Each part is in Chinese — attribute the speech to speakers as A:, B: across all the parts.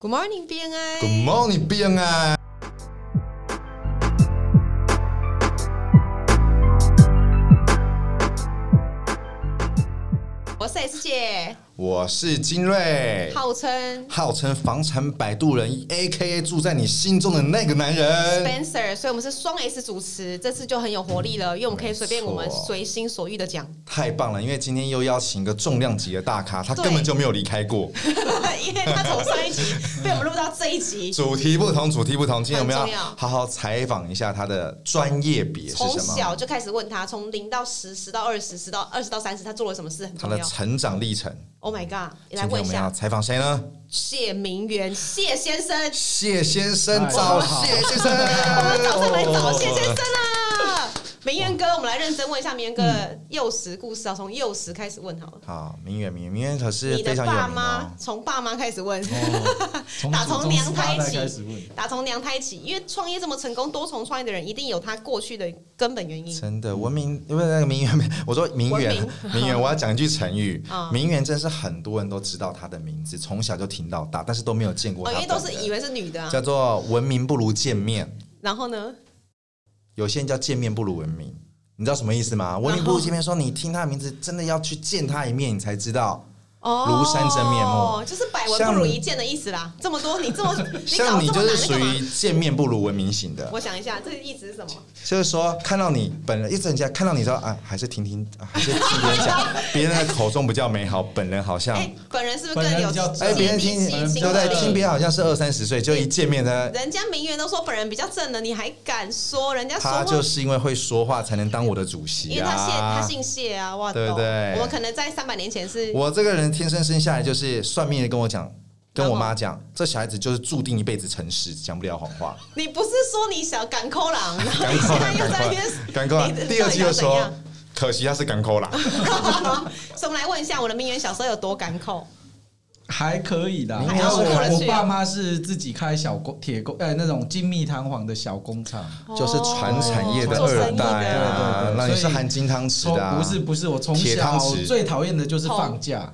A: Good morning, BNI。
B: Good morning, BNI。
A: 我是 S 姐，
B: 我是金瑞，
A: 号称
B: 号称房产摆渡人，A K A 住在你心中的那个男人。
A: Spencer，所以我们是双 S 主持，这次就很有活力了，因为我们可以随便
B: 没错
A: 我们随心所欲的讲，
B: 太棒了，因为今天又邀请一个重量级的大咖，他
A: 对
B: 根本就没有离开 过。
A: 因为他从上一 集被我们录到这一集，
B: 主题不同，主题不同，今天我们要
A: 很重要
B: 好好采访一下他的专业别是
A: 从
B: 什么，
A: 小就开始问他，从零到十，十到二十，十到二十到三十，他做了什么事很
B: 他
A: 重
B: 的
A: 要。
B: 成长历程。
A: Oh my god！你
B: 今
A: 来
B: 天
A: 问
B: 我
A: 一
B: 们要
A: 下
B: 采访谁呢？
A: 谢明元谢先生，
B: 谢先生，
C: 嗨
B: 找
C: 大家好
B: 谢先
A: 我们
B: 生，
A: 掌声来找谢先生 啊！明元哥，我们来认真问一下明元哥的幼时故事啊，从幼时开始问好了。
B: 好，明远，明远，明远可是
A: 你
B: 非
A: 的
B: 常有
A: 爸
B: 名哦
A: 妈。从爸妈开始问，
C: 哦，从
A: 打从
C: 祖宗
A: 娘
C: 十
A: 胎
C: 八代
A: 起
C: 开始问，
A: 打从娘胎起，因为创业这么成功，多重创业的人一定有他过去的根本原因。
B: 真的，文明不是那个名媛， 我说名媛，名媛，我要讲一句成语
A: 嗯，
B: 名媛真是很多人都知道她的名字，从小就听到大，但是都没有见过
A: 哦，
B: 她
A: 因
B: 本
A: 为
B: 人。
A: 都是以为是女的、啊，
B: 叫做文明不如见面，
A: 然后呢？
B: 有些人叫见面不如文明，你知道什么意思吗？文明不如见面，说你听她的名字，真的要去见她一面，你才知道。
A: 哦，
B: 庐山真面目，
A: 就是百闻不如一见的意思啦。这么多，你这么你
B: 像
A: 找
B: 你
A: 这
B: 就
A: 么难
B: 是
A: 的
B: 属
A: 干嘛
B: 于？见面不如文明型的，
A: 我想一下，这个意思是什么？
B: 就是说看到你本人一整下看到你说啊，还是听听，啊还是听别人 讲，别人的口中不叫美好，本人好像
A: 哎、本人是不是
C: 本
A: 更
C: 人
A: 有
C: 比较
A: 激
C: 正
B: 哎，别人
A: 激
B: 听
A: 激情
B: 对不
A: 的
B: 对？听别人好像是二三十岁，就一见面呢，
A: 人家名媛都说本人比较正的，你还敢说人家说
B: 他
A: 话？
B: 就是因为会说话才能当我的主
A: 因
B: 席
A: 为他谢他
B: 啊。
A: 姓谢啊，哇，
B: 对不
A: 懂
B: 对
A: 我们可能在三百年前是
B: 我这个人天生生下来就是算命的跟我讲，跟我妈讲，这小孩子就是注定一辈子诚实，讲不了谎 话。
A: 你不是说你想赶抠狼，然后你现在又在那边，
B: 赶快
A: 你，
B: 第二集就
A: 到底
B: 说
A: 要怎，
B: 可惜他是港口啦。
A: 所以我们来问一下我的名媛小时候有多赶抠？
C: 还可以的。
B: 还
C: 因为
A: 好过得
C: 我
A: 去
C: 我爸妈是自己开小工铁工，呃，那种精密弹簧的小工厂，
B: 就是传产业的
A: 哦做生
B: 二
A: 意
B: 代
A: 的
C: 对对
B: 啊
C: 对，
B: 那你是
C: 所以
B: 含金汤匙
C: 从
B: 的啊。
C: 不是不是，我从
B: 铁汤
C: 小
B: 匙
C: 最讨厌的就是
A: 哦
C: 放假，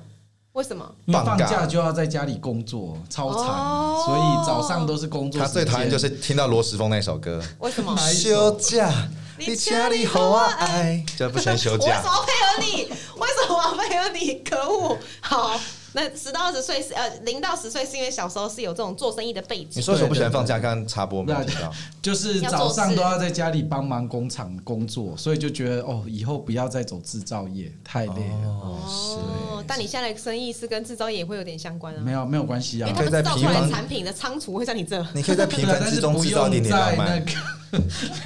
A: 为什么？
C: 因为
B: 放
C: 放
B: 假
C: 假就要在家里工作，超惨，
A: 哦
C: 所以早上都是工作
B: 他
C: 时间。
B: 最讨厌就是听到罗时丰那首歌。
A: 为什么？
C: 哪一首
B: 休假，你家里好啊爱，就 不喜欢休
A: 我为
B: 假
A: 什。么要配合你？ 为什么要配合你？可恶！好，那十到二十岁是呃零到十岁是因为小时候是有这种做生意的背
B: 你
A: 景，
B: 说什么不喜欢放假？刚刚插播没有听到？
C: 就是早上都要在家里帮忙工厂工作，所以就觉得哦，以后不要再走制造业，太累了。
B: 嗯
A: 哦，但你现在的生意是跟制造业也会有点相关啊，
C: 没有没有关系
A: 因
C: 啊，
A: 为他们制造出来的产品的仓储会在你 这。
B: 你可以在平凡之中制造一点点浪漫。
C: 对。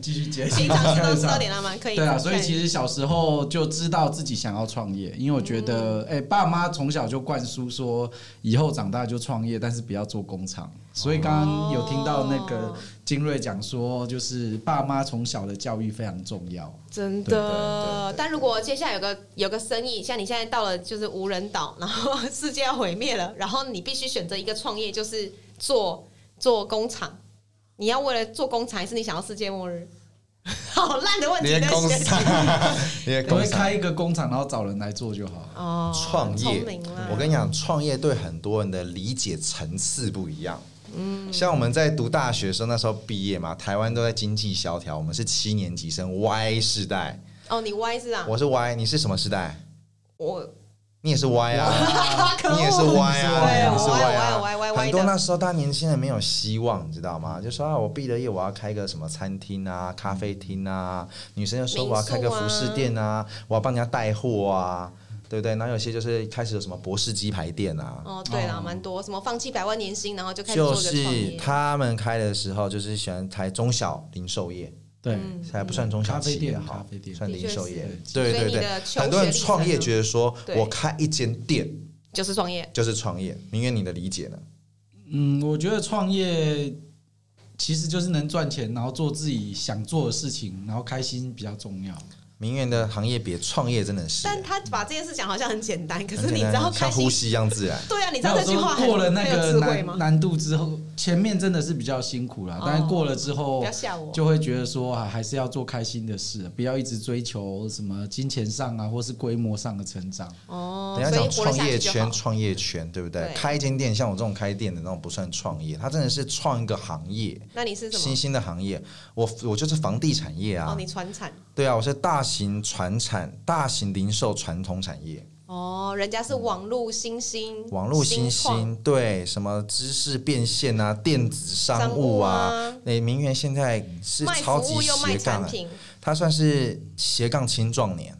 C: 继续接，
A: 平常知道 知道点浪漫可以。
C: 对啊，所以其
A: 实
C: 实小时候就知道自己想要创业，因为我觉
A: 嗯
C: 得，哎、爸妈从小就灌输说，以后长大就创业，但是不要做工厂。所以刚刚有听到那
A: 哦
C: 个金瑞讲说，就是爸妈从小的教育非常重要。
A: 真
B: 对对对
A: 的，但如果接下来有个有个生意，像你现在到了就是无人岛，然后世界要毁灭了，然后你必须选择一个创业，就是做做工厂。你要为了做工厂，还是你想要世界末日？ 好烂的问题
B: 你
A: 的
B: 的公
A: 选
B: 司， 你的
C: 我
B: 公
C: 会
B: 司
C: 开一个工厂，然后找人来做就好。
A: 哦，
B: 创业
A: 聪明啦，
B: 我跟你讲，创业对很多人的理解层次不一样。嗯，像我们在读大学的时候，那时候毕业嘛，台湾都在经济萧条，我们是七年级生 Y 世代，
A: 哦，你歪是啊，
B: 我是 Y，你是什么世代？
A: 我
B: 你也是 Y 啊，
A: 可恶
B: 你也是 Y
A: 对
B: 啊，
A: 我
B: 你是
A: 歪我歪我
B: Y
A: 歪
B: 啊。
A: 我歪
B: 很多
A: 的
B: 那时候大家年轻人没有希望，你知道吗？就说啊，我毕了业，我要开个什么餐厅啊、咖啡厅啊。女生就说我要开个服饰店啊，我要帮人家带货啊，对不对？然后有些就是开始有什么博士鸡排店啊，
A: 哦，对啦，蛮多什么放弃百万年薪，然后就开始做
B: 就
A: 一个创
B: 是
A: 业。
B: 他们开的时候就是喜欢开中小零售业，
C: 对，
A: 嗯
B: 还不算中小企业好
C: 咖啡店，咖
B: 算零售
A: 的
B: 业
A: 确。是所
B: 对
A: 以
B: 对
A: 你的
B: 对，
A: 求学
B: 很多人
A: 历程
B: 创业
A: 呢
B: 觉得说
A: 对
B: 我开一间店
A: 就是创业。
B: 就是创业，明月你的理解呢？
C: 嗯，我觉得创业其实就是能赚钱，然后做自己想做的事情，然后开心比较重要。
B: 名媛的行业别创业真的是，
A: 但他把这件事讲好像很简单，可
B: 很
A: 是你知
B: 简单
A: 道开
B: 像呼
A: 心，
B: 吸一样自然。
A: 对啊，你知
C: 那
A: 道
C: 我
A: 这句话
C: 说
A: 很
C: 过了那
A: 很有智
C: 个
A: 慧吗
C: 难？难度之后，前面真的是比较辛苦啦
A: 哦，
C: 但是过了之后
A: 不要吓我，
C: 就会觉得说啊，还是要做开心的事，啊不要一直追求什么金钱上啊，或是规模上的成长。
A: 哦
B: 人，家
A: 所以
B: 讲
A: 活得
B: 创
A: 下
B: 业
A: 去就
B: 圈，
A: 好。
B: 创业圈对不对
A: 对？
B: 开一间店，像我这种开店的那种不算创业，他真的是创一个行业，
A: 那你是什
B: 新
A: 么？
B: 兴的行业。我我就是房地产业
A: 哦
B: 啊，，
A: 你传产
B: 对啊，我是大型传产、大型零售传统产业，
A: 哦，人家是网络新兴，
B: 网络新
A: 嗯创
B: 兴，对什么知识变现啊、电子商
A: 商
B: 务啊。
A: 啊，
B: 那名媛现在是
A: 卖
B: 超
A: 服
B: 级
A: 务又卖
B: 斜杠、
A: 产
B: 啊，
A: 品，
B: 他算是斜杠青壮年，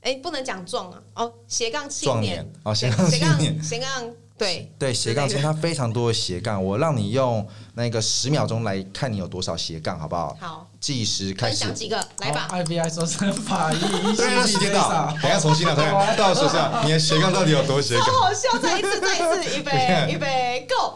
A: 哎，不能讲壮啊，哦，斜杠青
B: 壮
A: 年，
B: 年哦，斜
A: 斜
B: 杠
A: 斜
B: 青 年，
A: 杠斜杠，对，
B: 对斜杠
A: 之
B: 青，
A: 类
B: 它非常多的斜杠，我让你用那个十秒钟来看你有多少斜杠，好不好？
A: 好，
B: 计时开
A: 分
B: 始
A: 享，几个来吧。
C: i v i 说身法医，
B: 对啊，
C: 一
B: 时
C: 心
B: 间
C: 非
B: 到，
C: 常
B: 等一下重新来，重新 来倒数一下，你的斜杠到底有多斜
A: 超
B: 杠？
A: 好笑！再一次，再一次，预 备，预备，Go！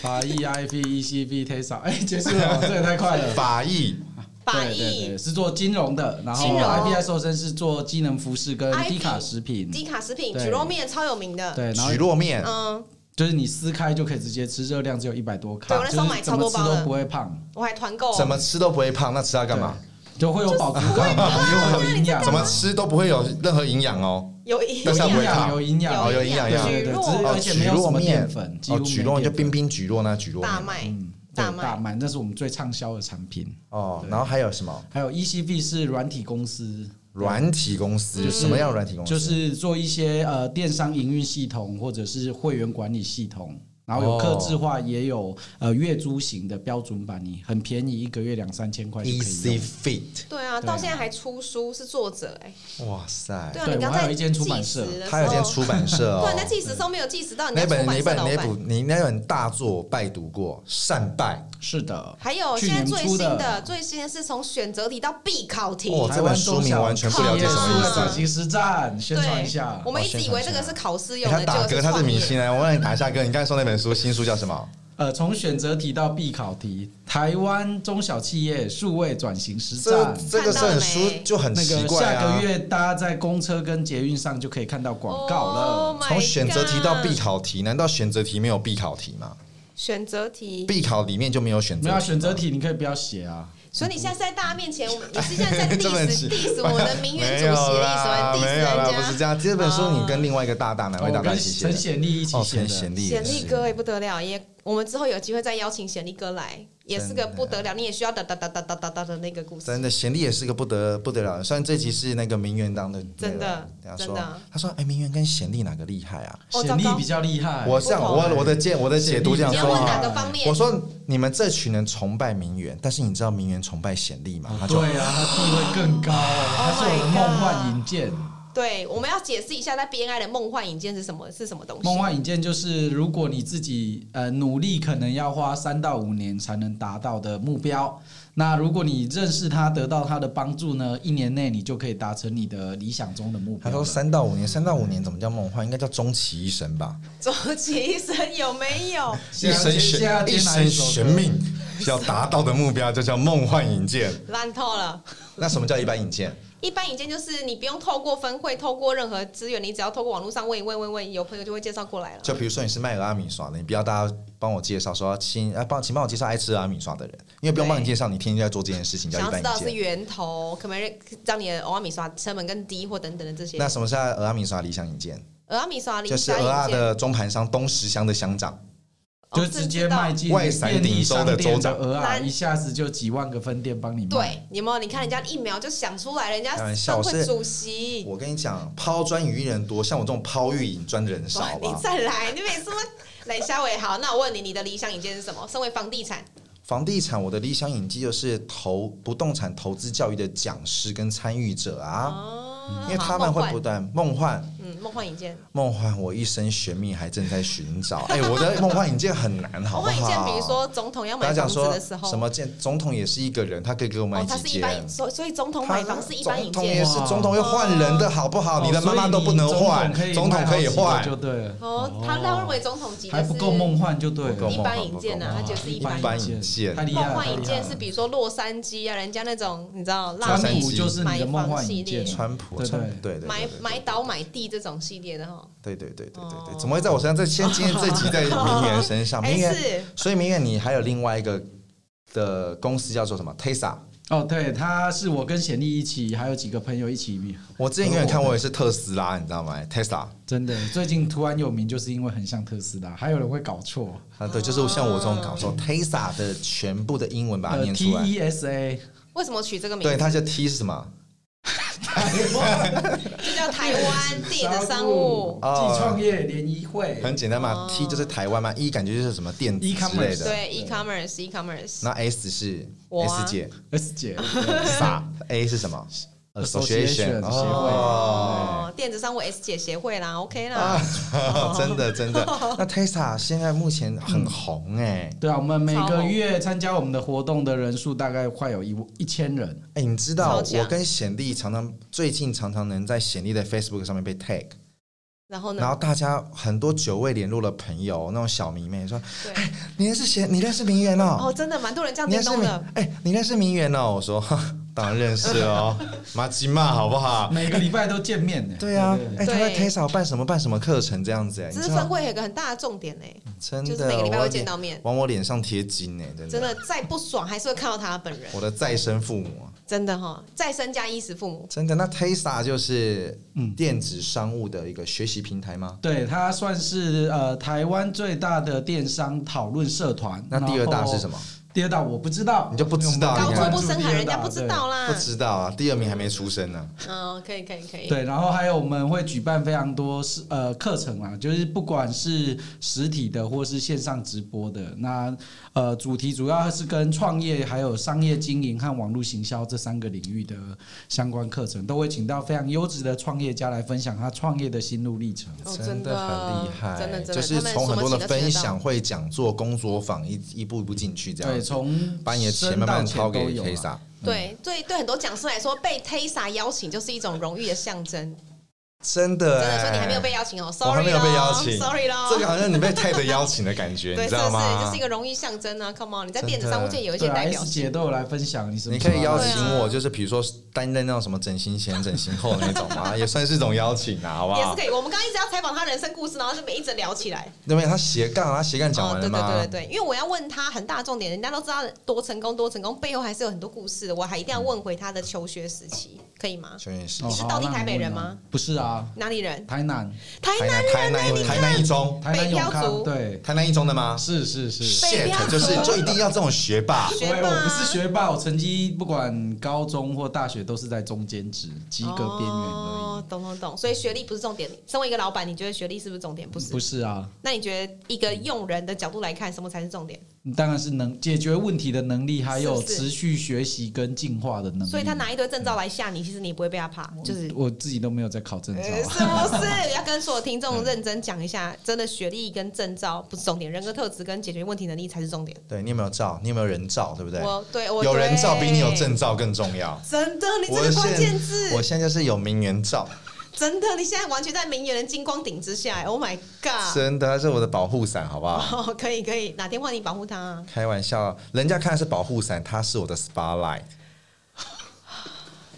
C: 法医 IP ECB Tesla，哎，结束 了，这也太快了。
B: 法艺
A: 法
C: 对对
A: 益
C: 对，、是做金融的，然后
A: 金融
C: IPI 瘦身是做机能服饰跟
A: IP
C: 低卡食品，
A: 低卡食品、
C: 对
A: 曲肉面超有名的。
C: 对，然后
B: 曲落面，
A: 嗯，
C: 就是你撕开就可以直接吃，热量只有一百多
A: 对
C: 卡
A: 我，那时
C: 就
A: 候
C: 是
A: 买
C: 怎
A: 超
C: 么
A: 多
C: 吃
A: 包的
C: 都不会胖，
A: 我还团购哦，
B: 怎么吃都不会胖，那吃它干嘛？
C: 就会有饱足感，
A: 啊
C: 又有营养，
B: 怎么吃都不会有任何营养哦。哦
A: 有一
B: 但
C: 有
B: 是它不
C: 营
B: 会胖
C: 养，有营养，
B: 哦有营养有营养
C: 对对
A: 蒟蒻
C: 对，只是而且没有什么淀粉，几
B: 哦，
C: 乎
B: 蒟
C: 没
B: 蒻就冰
C: 淀粉，
B: 冰蒟蒻那蒟蒻
A: 大
B: 面
A: 卖？
C: 嗯，
A: 大
C: 对，
A: 麦
C: 大卖，那是我们最畅销的产品。
B: 哦，
C: 对
B: 然后还有什么
C: 还有 ECB 是软体公司，
B: 软体公
A: 嗯
B: 司？什么样的软体公司？
C: 就是做一些呃电商营运系统或者是会员管理系统，然后有
B: 哦
C: 客制化，也有呃月租型的标准版，你很便宜，一个月两三千块就可以
B: Easy
C: 用。
B: Fit，
A: 对啊，
C: 对
A: 到现在还出书，是作者哎。
B: 哇塞
A: 对，啊，
C: 对
A: 你刚
C: 我还
A: 在
C: 有一间出版
A: 计时
C: 社
A: 的时候
B: 他有间出版社
A: 对
B: 哦
A: 啊，你。在计时的时候没有计时到你
B: 那
A: 在出
B: 本
A: 版
B: 你
A: 社
B: 本
A: 老
B: 那
A: 板。
B: 本你那本大作拜读过，善败
C: 是的，
A: 还有
C: 去
A: 现在
C: 年
A: 最
C: 出
A: 新
C: 的
A: 的最新的是从选择题到必考题。
B: 哦我这本书名完全
A: 不了解什么意思
C: 转型实战，宣传一下
A: 我。们一直以为这个是考试用的，
B: 哎
A: 结
B: 他
A: 果
B: 打
A: 是
B: 嗝，他是
A: 创业
B: 明星哎，我让你打一下嗝。你刚才说那本书新书叫什么？
C: 呃，从选择题到必考题，台湾中小企业数位转型实
B: 这
C: 战。
B: 这个这本书就很
C: 那
B: 奇
C: 个
B: 怪
C: 下
B: 啊
C: 个。
A: Oh
C: 月大家在公车跟捷运上就可以看到广告了。
A: Oh my
B: 从选择题到必
A: God
B: 考题，难道选择题没有必考题吗？
A: 选择题，
B: 必考里面就没有选择题
C: 没有
B: 吗
C: 啊选择题，你可以不要写啊。
A: 所以你现在是在大家面前，我们你是现在在
B: 这
A: diss
B: 本书
A: diss 我们的名媛主席
B: 没
A: ，diss
B: 有啦
A: 完 diss
B: 没有啦，不
A: 人
B: 是
A: 家。哦
B: 这样。这本书你跟另外一个大大，哪位
C: 我
B: 大大
C: 哦跟
B: 一起写
C: 陈
B: 的？
C: 显利一起
B: 哦，
C: 写
B: 陈
C: 的。
B: 贤利也
A: 显
B: 是，
A: 力哥也不得了，也我们之后有机会再邀请显力哥来，也是个不得了，你也需要哒哒哒哒哒哒哒的那个故事。
B: 真的，贤利也是个不得不得了。虽然这集是那个名媛当的，
A: 真的
B: 他
A: 真
B: 说
A: 的，
B: 他说，哎，名媛跟贤利哪个厉害啊？
A: 哦
C: 显利
A: 糟糕
C: 比较厉害。
B: 我这样，
A: 不同
B: 我我的解我的解读这样
A: 你
C: 显
A: 要
B: 说
C: 利
A: 问
C: 比较
A: 哪
B: 啊，
A: 个方面？
B: 我说你们这群人崇拜名媛，但是你知道名媛崇拜贤利吗？他就
C: 对啊，他地位更高，啊他是我的
A: Oh
C: 梦幻引荐。
A: 对，我们要解释一下，在 BNI 的梦幻影剑是什么是什么东西？
C: 梦幻引荐就是如果你自己呃努力，可能要花三到五年才能达到的目标。那如果你认识他，得到他的帮助呢，一年内你就可以达成你的理想中的目
B: 他
C: 标了。
B: 说三到五年，三到五年怎么叫梦幻？应该叫终其一生吧，
A: 周琦医生有没有？
C: 现在
B: 生
C: 现在
B: 悬一
C: 接哪
B: 生
C: 一首歌
B: 悬命，要达到的目标就叫梦幻影剑。
A: 烂透了。
B: 那什么叫一般引荐？
A: 一般引荐就是你不用透过分会，透过任何资源，你只要透过网络上问一问问一问，有朋友就会介绍过来了。
B: 就比如说你是卖阿米耍的，你不要大家帮我介绍说，请啊帮请帮我介绍爱吃阿米耍的人，因为不用帮你介绍，你天天就在做这件事情，叫
A: 想嗯
B: 一
A: 要
B: 般
A: 知道
B: 引
A: 是
B: 荐。
A: 源头，可不可以让你的欧阿米刷成本更低，或等等的这些
B: 那。什么是阿米耍理想引荐？
A: 俄阿米刷零
B: 就是
A: 加哦
B: 俄阿
A: 引荐，
B: 的中盘商东石乡的乡长，
A: 哦
C: 就直接
A: 这知道
C: 卖。进
B: 外散
C: 便利
B: 顶州
C: 商
B: 的
C: 店
B: 州长
C: 额啊，
A: 蓝
C: 一下子就几万个分店帮你卖。
A: 对，有没有？你看人家一秒就想出来，人家
B: 开玩笑
A: 商
B: 我
A: 会
B: 是
A: 主席。
B: 我跟你讲，抛砖与一人多，像我这种抛玉引砖的人少
A: 哇你
B: 吧。
A: 再来，你 每次问来夏伟好，那我问你，你的理想引荐是什么？身为房地产，
B: 房地产，我的理
A: 哦
B: 想引进就是投不动产投资教育的讲师跟参与者啊。因为他们会不断梦幻
A: 嗯梦幻影剑，
B: 梦幻，我一生玄秘还正在寻找。哎，我的梦幻影剑很难，好
A: 梦
B: 不
A: 幻影剑
B: 好？，
A: 比如说总统要
B: 大
A: 买
B: 家
A: 房
B: 讲
A: 子
B: 说
A: 的时候，
B: 什么剑，总统也是一个人，他可以给我买
A: 哦，他
B: 几
A: 是一
B: 剑
A: 般，。所以所以总统
B: 他
A: 买房是一般引
B: 总统也
A: 荐
B: 是总统会换人的好不好？
C: 哦
B: 你的妈妈都不能换，
C: 所以你
B: 总统可以
C: 卖好
B: 换
C: 几个，就对了。
A: 哦，他他认为总统级的
C: 还
A: 是
C: 不够梦幻就对
B: 不够
C: 了
A: 一。
B: 梦
A: 般
B: 幻
A: 引荐啊
B: 不够梦幻
A: 他觉得是一
B: 一
A: 般
B: 般引荐
C: 太。厉害
A: 梦
C: 了！
A: 幻影
C: 太厉害啊
A: 剑
C: 了
A: 是比如说洛杉矶啊，人家那种你知道蜡
C: 川
B: 三
A: 笔
C: 普
B: 级
C: 就是你的梦幻影
A: 买房系
C: 剑
A: 列，
B: 川普，
C: 对
B: 川
C: 对
B: 普对对对
A: 买
B: 对
A: 买岛买地这种系列的哈，
B: 对对对对对对
A: 哦，
B: 怎么会在我身上？在先今天这集在明媛 身上，
A: 哎
B: 啊明媛，
A: 是
B: 所以明媛你还有另外一个的公司叫做什么？Tesla。
C: 哦，对，他是我跟贤丽一起，还有几个朋友一起，
B: 我之前远远看我也是特斯拉，你知道吗？Tesla
C: 真的最近突然有名，就是因为很像特斯拉，还有人会搞错，
B: 啊，对，就是像我这种搞
A: 哦
B: 错，Tesla 的全部的英文把它
C: 呃
B: 念
C: ，T
B: 出来。
C: E S A，
A: 为什么取这个名
B: 对，
A: 字？
B: 它叫 T 是什么？
A: 就叫台湾电子商 务。
B: 哦
C: 暨创业联谊会，
B: 很简单
A: 哦
B: 嘛，T 就是台湾嘛，E 感觉就是什么电子之类
C: E-commerce
B: 的。
A: 对，e-commerce，e-commerce，
B: 那 S 是
A: 我啊
B: S 姐
C: S 姐，
B: 傻 A 是什么
C: Association，协会
B: 哦，
A: 哦，电子商务 S 姐协会啦，OK
B: 啊
A: 啦，
B: 真的 真的。那 Tesla 现在目前很红哎
C: 对啊，我们每
A: 超
C: 个
A: 红
C: 月参加我们的活动的人数大概快有一一千 人，
B: 哎，你知道
A: 超强
B: 我跟显力常常最近常常能在显力的 Facebook 上面被 tag，
A: 然后
B: 然
A: 呢？
B: 后大家很多久未联络的朋友，那种小迷妹说
A: 对，：“
B: 你认识贤？你认识名媛哦？
A: 哦，真的蛮多人这样
B: 你
A: 叮
B: 认识
A: 咚
B: 名
A: 的，？
B: 哎、你认识名媛哦？”我说 哈：“当然认识 哦，马吉嘛，好不好
C: 每个礼拜都见面呢？”。
B: 对啊
C: 对对，
B: 哎、他在
A: 对
B: Tesla 办什么办什么课程这样子哎、你
A: 资
B: 知
A: 分
B: 道
A: 会有一个很大的重点呢，
B: 真
A: 就是
B: 的，
A: 每个礼拜
B: 我
A: 会
B: 要
A: 见
B: 脸
A: 到面，
B: 往我脸上贴金哎、真的，
A: 真的再不爽还是会看到他本人，
B: 我的再生父母啊，
A: 真的哈，再生加衣食父母，
B: 真的。那 Tesla 就是电子商务的一个学习平台吗？
C: 对，它算是呃台湾最大的电商讨论社团。
B: 那第二大是什
C: 么？
B: 么？
C: 第二大我不知道，
B: 你就不知道
A: 高
C: 我们
B: 你
A: 处
B: 看
A: 不胜寒，人家不
C: 关
A: 知
C: 注第二大。
A: 道啦
B: 不。知道啊，第二名还没出生呢、
A: 嗯，可以可以可以
C: 对。对，然后还有我们会举办非常多是呃课程啦，就是不管是实体的或是线上直播的，那呃主题主要是跟创业、还有商业经营和网络行销这三个领域的相关课程，都会请到非常优质的创业家来分享他创业的心路历程。
A: 哦
B: 真
A: 的
B: 很厉害，
A: 真的真的，
B: 就是
A: 他们
B: 从
A: 什
B: 很
A: 么
B: 多
A: 请
B: 的
A: 都请
B: 分
A: 得到
B: 享会、讲座、工作坊一一步一步进去，这
C: 对，
B: 样
C: 从
B: 把你的钱
C: 深
B: 慢慢
C: 到浅
B: 掏
C: 都
B: 给
C: 有啊
B: Tesla。
A: 对对对，很多讲师来说，被 Tesa 邀请就是一种荣誉的象征。
B: 真的
A: 真的，
B: 哎，
A: 所以你还没有被邀请哦
B: 我还
A: ，sorry
B: 没
A: 咯
B: 有被邀请
A: ，sorry 咯。
B: 这个好 像你被 TED 邀请的感觉，
A: 对，是
B: 你知
A: 不
B: 道吗？
A: 是就是一个荣誉象征啊？Come on，你在
B: 真的
A: 电子商务界有一
C: 对
A: 些
C: 啊
A: 代表
C: ，S 姐
A: 性。
C: 都有来分享，你什么
B: 你
C: 时
B: 可
C: 候
B: 以邀请
A: 对
B: 我，
A: 啊
B: 就是比如说担任那种什么整形前、整形后那种 嘛，也算是一种邀请啊，好不
A: 也是
B: 好？
A: 可以，我们刚刚一直要采访他人生故事，然后就每一直聊起来。
B: 对不对？他斜杠，他斜杠讲
A: 哦，
B: 完
A: 对
B: 了
A: 对
B: 吗？
A: 对对对，因为我要问他很大的重点，人家都知道多成功多成功，背后还是有很多故事的，我还一定要问回他的求学时期，可以吗？
B: 邱院士
C: 哦，
A: 你是
C: 好
A: 道地
C: 那
A: 台
C: 你
A: 北
C: 问
A: 人
C: 啊
A: 吗？
C: 不是啊，
A: 哪里人？
C: 台南，
A: 台
B: 台
A: 南
B: 南台南台南一中，
C: 台南
A: 北
C: 永
A: 漂
C: 康，
A: 族
C: 对，
B: 台南一中的吗
C: 是是是。
A: 北漂
B: ？shit，就是就一定要这种学霸。
A: 学霸
C: 我我不是学霸，我成绩不管高中或大学都是在中间值，及格边缘而
A: 哦，懂懂懂，所以学历不是重点。身为一个老板，你觉得学历是不是重点？不
C: 已。
A: 是。
C: 不是啊，
A: 那你觉得一个用人的角度来看，什么才是重点？
C: 当然是能解决问题的能力，还有
A: 是不是
C: 持续学习跟进化的能力。
A: 所以他拿一堆证照来吓你，其实你不会被他怕，就是。
C: 我自己都没有在考证照
A: 呃
C: 啊。
A: 是不是要跟所有听众认真讲一
B: 嗯
A: 下？真的学历跟证照不是重点，人格特质跟解决问题能力才是重点。
B: 对你有没有照？你有没有人照？对不对？
A: 我对我
B: 有人照
A: 对
B: 比你有证照更重要。
A: 真的，你这
B: 我
A: 个
B: 现
A: 关键字，
B: 我现在就是有名媛照，
A: 真的，你现在完全在名媛的金光顶之下，Oh my god！
B: 真的，它是我的保护伞，好不好？
A: 哦，可以可以，哪天换你保护他、啊？
B: 开玩笑，人家看的是保护伞，它是我的 spotlight。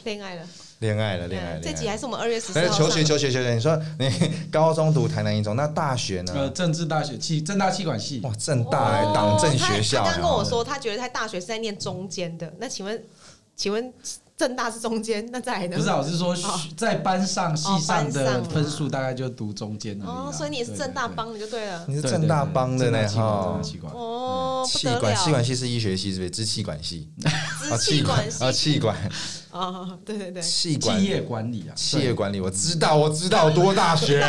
A: 恋爱了，
B: 恋爱了，恋爱了，
A: 这
B: 恋
A: 集
B: 爱了。
A: 还是我们二月十四
B: 那
A: 号
B: 求
A: 上
B: 学，
A: 的
B: 求学，求学，你说你高中读台南一中，那大学
C: 呃，
B: 呢？
C: 政治大学气，政大气管系，
B: 哇，正大哎
A: 哦，
B: 党政学校。啊嗯
A: 他他刚跟我说，
B: 然后，
A: 他觉得他大学是在念中间的。那请问，请问正大是中间，那再来呢？
C: 不是啊，我是说
A: 哦
C: 在班上系上
A: 班上
C: 的
A: 啊
C: 分数大概就读中间而已啦。
A: 哦，所以你也是
C: 对
A: 正大，
C: 对对
A: 帮的就对了。
B: 你是
C: 对
B: 正大帮的呢，
C: 对对对
B: 哈。
C: 气管，嗯
A: 哦，不
B: 气
A: 得
B: 管，气管
A: 了，
B: 系是医学系，是不是？支气管系
A: 支气管系
B: 啊，气管，
A: 哦，对对对。
B: 气
C: 企
B: 管，
C: 业管理啊，
B: 企业管理，我知道，我知道，我多大学。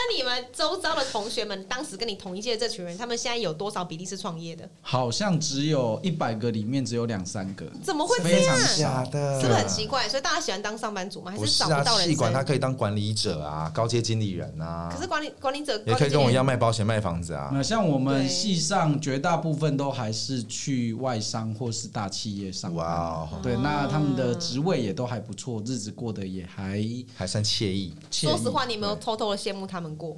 A: 那你们周遭的同学们，当时跟你同一届的这群人，他们现在有多少比例是创业的？
C: 好像只有一百个里面只有两三个，
A: 怎么会这
C: 非
A: 样
C: 常？
A: 是
C: 少
B: 假的，
A: 不是很奇怪？所以大家喜欢当上班族吗？还
B: 不是
A: 找不
B: 啊
A: 到，人
B: 细管他
A: 生？
B: 可以当管理者啊，高阶经理人啊
A: 可，是管理管理者
B: 也可以跟我一，样
A: 管理
B: 卖保险、卖房子啊。
C: 那像我们
A: 对
C: 系上绝大部分都还是去外商或是大企业上班。
B: 哇哦，
C: 对，那他们的职位也都还不错，日子过得也还
B: 还算惬意。
A: 经
C: 惬
A: 理说
C: 意
A: 实话，你有没有
C: 对
A: 偷偷的羡慕他们过？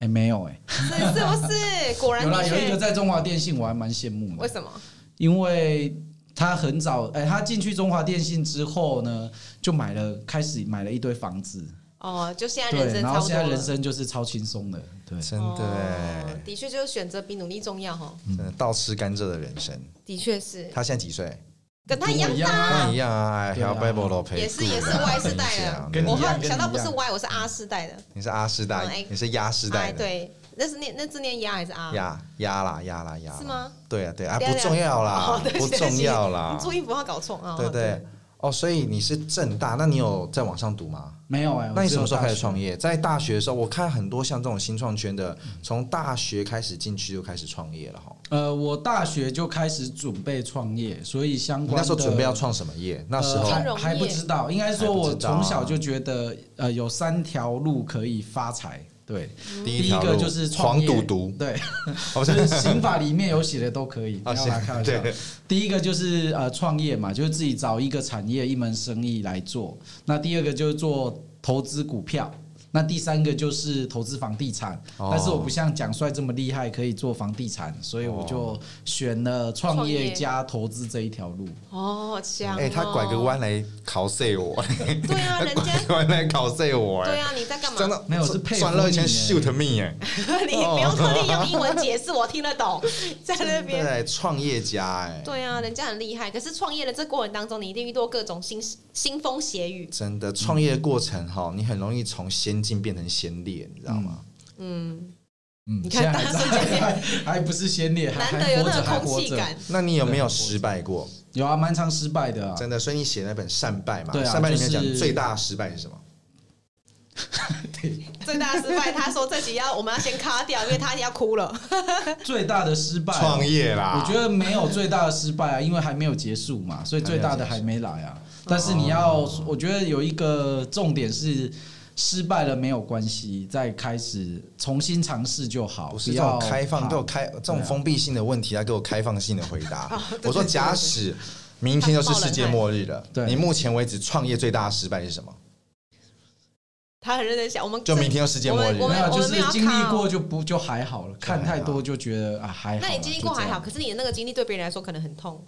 C: 哎、没有哎、
A: 是 是不是？果然
C: 有啦，
A: 的
C: 有一个
A: 确，
C: 在中华电信，我还蛮羡慕
A: 为
C: 的，
A: 什么？
C: 因为他很早，哎、他进去中华电信之后呢，就买了，开始买了一堆房子，
A: 哦，就现在人
C: 对，
A: 生
C: 然
A: 超
C: 后现
A: 多
C: 在人
A: 了。
C: 生就是超轻松的，对，
B: 真的
A: 哦
B: 哎，
A: 的确就是选择比努力重要哈，
B: 真的倒吃甘蔗的人生。
A: 的确是
B: 他现在几岁？
A: 跟他一样
C: 跟我一样
A: 大，
B: 跟你一样啊，哎，还
C: 对
B: 要
C: 啊
B: Bible 罗培，
A: 也是也是 Y 世代的
C: 跟。你
A: 我
C: 一
A: 后来
C: 样跟
A: 想到
C: 你
A: 不
C: 一
A: 是
C: 样
A: Y，我是 R 世代的。
B: 你是阿世
A: 嗯
B: 代
A: 哎，
B: 你是鸭世代
A: 哎
B: 的，
A: 对，那是念那字念鸭还是 R？
B: 鸭鸭啦鸭啦鸭啦，
A: 是吗？
B: 对啊对啊，
A: 等一
B: 不
A: 下
B: 重要
A: 哦
B: 啦，
A: 对
B: 不
A: 不起对不
B: 重
A: 起
B: 要
A: 你
B: 啦，
A: 注意不要搞错啊！
B: 对对。哦，所以你是正大，那你有再往上读吗？
C: 没有哎、
B: 那你什么时候开始创
C: 业？
B: 业？在大学的时候，我看很多像这种新创圈的，从大学开始进去就开始创业了哈。
C: 呃，我大学就开始准备创业，所以相
B: 你
C: 关
B: 那时候
C: 的
B: 准备要创什么业？那时候
C: 呃
A: 金
C: 还
A: 融业
C: 还不知道，应该说
B: 还不
C: 我
B: 知道啊
C: 从小就觉得呃有三条路可以发财，对，
B: 第
C: 第一
B: 条路
C: 个就是创
B: 黄
C: 业
B: 赌毒，
C: 对，
B: 哦不
C: 就是是刑法里面有写的都可以，不
B: 啊
C: 要
B: 是
C: 来开玩笑。
B: 对
C: 第一个就是呃创业嘛，就是自己找一个产业一门生意来做。那第二个就是做投资股票。那第三个就是投资房地产，
B: 哦
C: 但是我不像蒋帅这么厉害，可以做房地产，所以我就选了创
A: 创
C: 业
A: 业
C: 加投资这一条路。
A: 哦，强！
B: 哎，他拐个，弯来考碎我，
A: 对啊，人
B: 拐
A: 家
B: 个弯来考碎我，
A: 对
B: 哎，
A: 啊，你在干嘛？
B: 真的
C: 没有是佩服
B: 赚了以前
C: 你
B: shoot me 哎，
A: 你不用特地用英文解释，我听得 懂，在那边。
B: 对，创业家
A: 啊
B: 哎，
A: 对啊，人家很厉害。可是创业的这过程当中，你一定遇到各种腥腥风血雨。
B: 真的创业过程哈，你很容易从先进变成先烈，你知道吗？
A: 嗯，
C: 嗯，
A: 你看
C: 现在还
A: 大家瞬间
C: 还还 不是先烈，还
A: 难
C: 还
A: 得有
C: 活
A: 那
C: 着还
A: 个空
C: 活
A: 气
C: 着
A: 感。
B: 那你有没有失败过？
C: 有啊，蛮常失败的、啊。
B: 真的，所以你写那本《善败》嘛，
C: 对啊
B: 善败》里面讲
C: 就是
B: 最大的失败是什么？
A: 最大的失败，他说这集要我们要先卡掉，因为他要哭了。
C: 最大的失败啊、
B: 创业啦。
C: 我觉得没有最大的失败啊，因为还没有结束嘛，所以最大的还没来啊。但是你要，
B: 哦
C: 我觉得有一个重点是，失败了没有关系，再开始重新尝试就好。
B: 不是
C: 不
B: 这
C: 要
B: 种开放，
C: 怕
B: 给我开这
C: 对
B: 种
C: 啊哦
B: 封闭性的问题，要给我开放性的回 答
A: 对。对
B: 我说，假使明天就是世界末日了，
C: 对
B: 你目前为止创业最大的失败是什么？
A: 他很认真想，我们
B: 就明天就世界末日
A: 我
C: 没
A: 们
C: 有，啊
A: 我
C: 就
A: 们没
C: 是
A: 有要
C: 经历
A: 看哦
C: 过就不就还好了，看太多就觉得啊还好啦。
A: 那你经历过
C: 就这
A: 还
C: 样
A: 好，可是你的那个经历对别人来说可能很痛。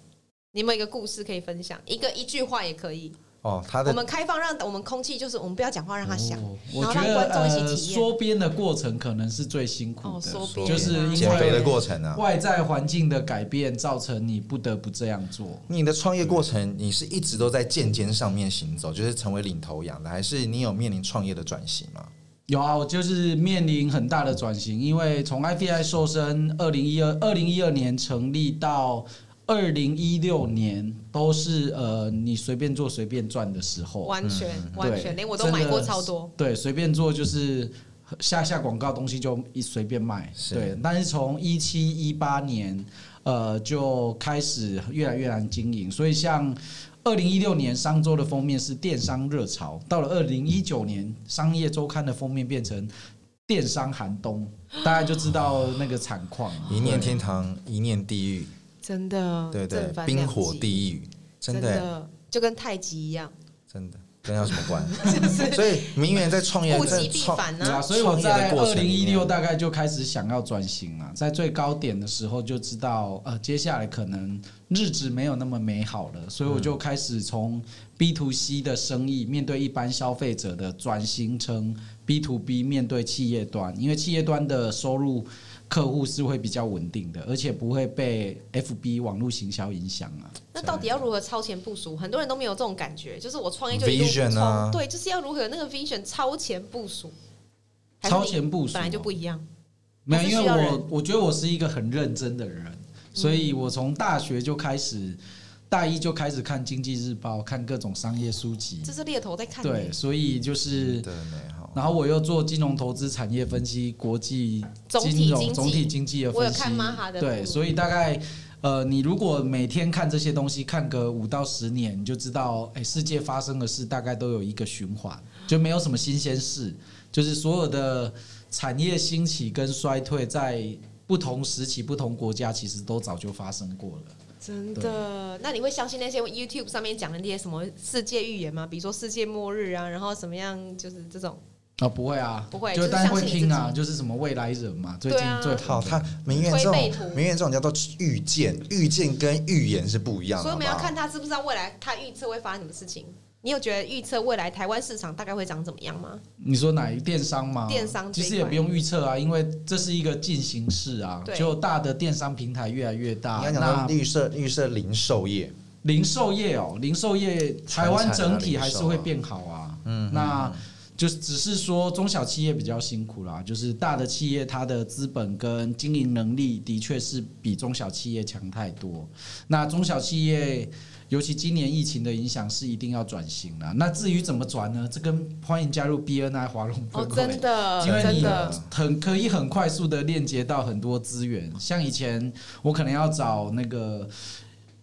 A: 你有没有一个故事可以分享？一个一句话也可以。
B: 哦，他
A: 我
B: 的
A: 们开放让我们空气就是我们不要讲话，让他想。
C: 哦
A: 然
C: 我
A: 后
C: 觉
A: 让
C: 得
A: 观众一起
C: 呃，
A: 体验
C: 缩编的过程可能是最辛苦
A: 哦
C: 的，
A: 缩编
C: 就是因为
B: 减肥的过程啊。
C: 外在环境的改变造成你不得不这样做。
B: 你的创业过程，你是一直都在渐渐上面行走，就是成为领头羊的，还是你有面临创业的转型吗？
C: 有啊，我就是面临很大的转型，因为从 IVI 瘦身二零一二二零一二年成立到二零一六年，都是呃你随便做随便赚的时候，
A: 完全
C: 嗯对
A: 完全，连我都买过超多。，
C: 真的对，随便做就是下下广告东西就一随便卖，
B: 是
C: 对。但是从一七一八年，呃，就开始越来越难经营，所以像。二零一六年商周的封面是电商热潮，到了二零一九年商业周刊的封面变成电商寒冬，大家就知道那个惨况了。
B: 一念天堂，一念地狱，
A: 真的，
B: 对不
A: 正
B: 对，
A: 反
B: 冰
A: 两
B: 火
A: 极，
B: 地狱，真
A: 真
B: 的
A: 的就跟太极一样，
B: 真的跟他有什么关？
A: 就是
B: 所以名媛在创业
A: 物
B: 在
A: 极必
B: 创
A: 反
C: 对啊，
A: 啊。
C: 所以我在
B: 创业的过
C: 二
B: 程
C: 零
B: 里
C: 一
B: 面
C: 六大概就开始想要转型了，在最高点的时候就知道，呃，接下来可能日子没有那么美好了，所以我就开始从 B to C 的生意面对一般消费者的转型成 B to B 面对企业端，因为企业端的收入。客户是会比较稳定的，而且不会被 FB 网络行销影响啊。
A: 那到底要如何超前部署？很多人都没有这种感觉，就是我创业就一路不
B: Vision 啊
A: 冲，对，就是要如何有那个 vision 超前部署，还是
C: 超
A: 你
C: 前部署
A: 本来就
C: 哦
A: 不一样。
C: 没有，
A: 还是
C: 因
A: 需要
C: 为
A: 人
C: 我我觉得我是一个很认真的人，所以我从大学就开始，大一就开始看《经济日报》，看各种商业书籍
A: 这，是猎头在看
C: 对，
A: 你，
C: 所以就是
B: 对呢，哈，
C: 然后我又做金融投资产业分析、国际
A: 总体
C: 金融
A: 经济
C: 总体经济的分析。
A: 我有看 Maha 的
C: 对，
A: 部
C: 所以大概呃，你如果每天看这些东西，看个五到十年，你就知道，哎，世界发生的事大概都有一个循环，就没有什么新鲜事，就是所有的产业兴起跟衰退，在不同时期、不同国家其实都早就发生过了。
A: 真的？那你会相信那些 YouTube 上面讲的那些什么世界预言吗？比如说世界末日啊，然后什么样就是这种？
C: 啊、不会啊，
A: 不会就
C: 就是但是
A: 相
C: 会
A: 信你
C: 听啊，就是什么未来人嘛，最近
A: 对啊
C: 最
B: 好，
C: 好
B: 他明远这种
A: 推背图
B: 明远这种叫做预见，预见跟预言是不一
C: 啊
B: 样的。
A: 所以我们
B: 好
A: 要
B: 不好
A: 看他知不知道未来他预测会发生什么事情。你有觉得预测未来台湾市场大概会长怎么样吗？
C: 你说哪一电商吗？
A: 嗯电商这
C: 其
A: 一
C: 实也
A: 块
C: 不用预测啊，因为这是一个进行式啊，
A: 对
C: 就大的电商平台越来越大
B: 你要。讲到
C: 那
B: 绿色绿色零售业，
C: 零售业哦，零售业台湾整体还是会变好啊。嗯，那就只是说中小企业比较辛苦啦，就是大的企业它的资本跟经营能力的确是比中小企业强太多。那中小企业。尤其今年疫情的影响是一定要转型啦。那至于怎么转呢？这跟欢迎加入 BNI 华融分
A: 哦，
C: 会
A: 真的，
C: 因为
A: 真
C: 你
A: 的，
C: 很可以很快速的链接到很多资源，像以前我可能要找那个，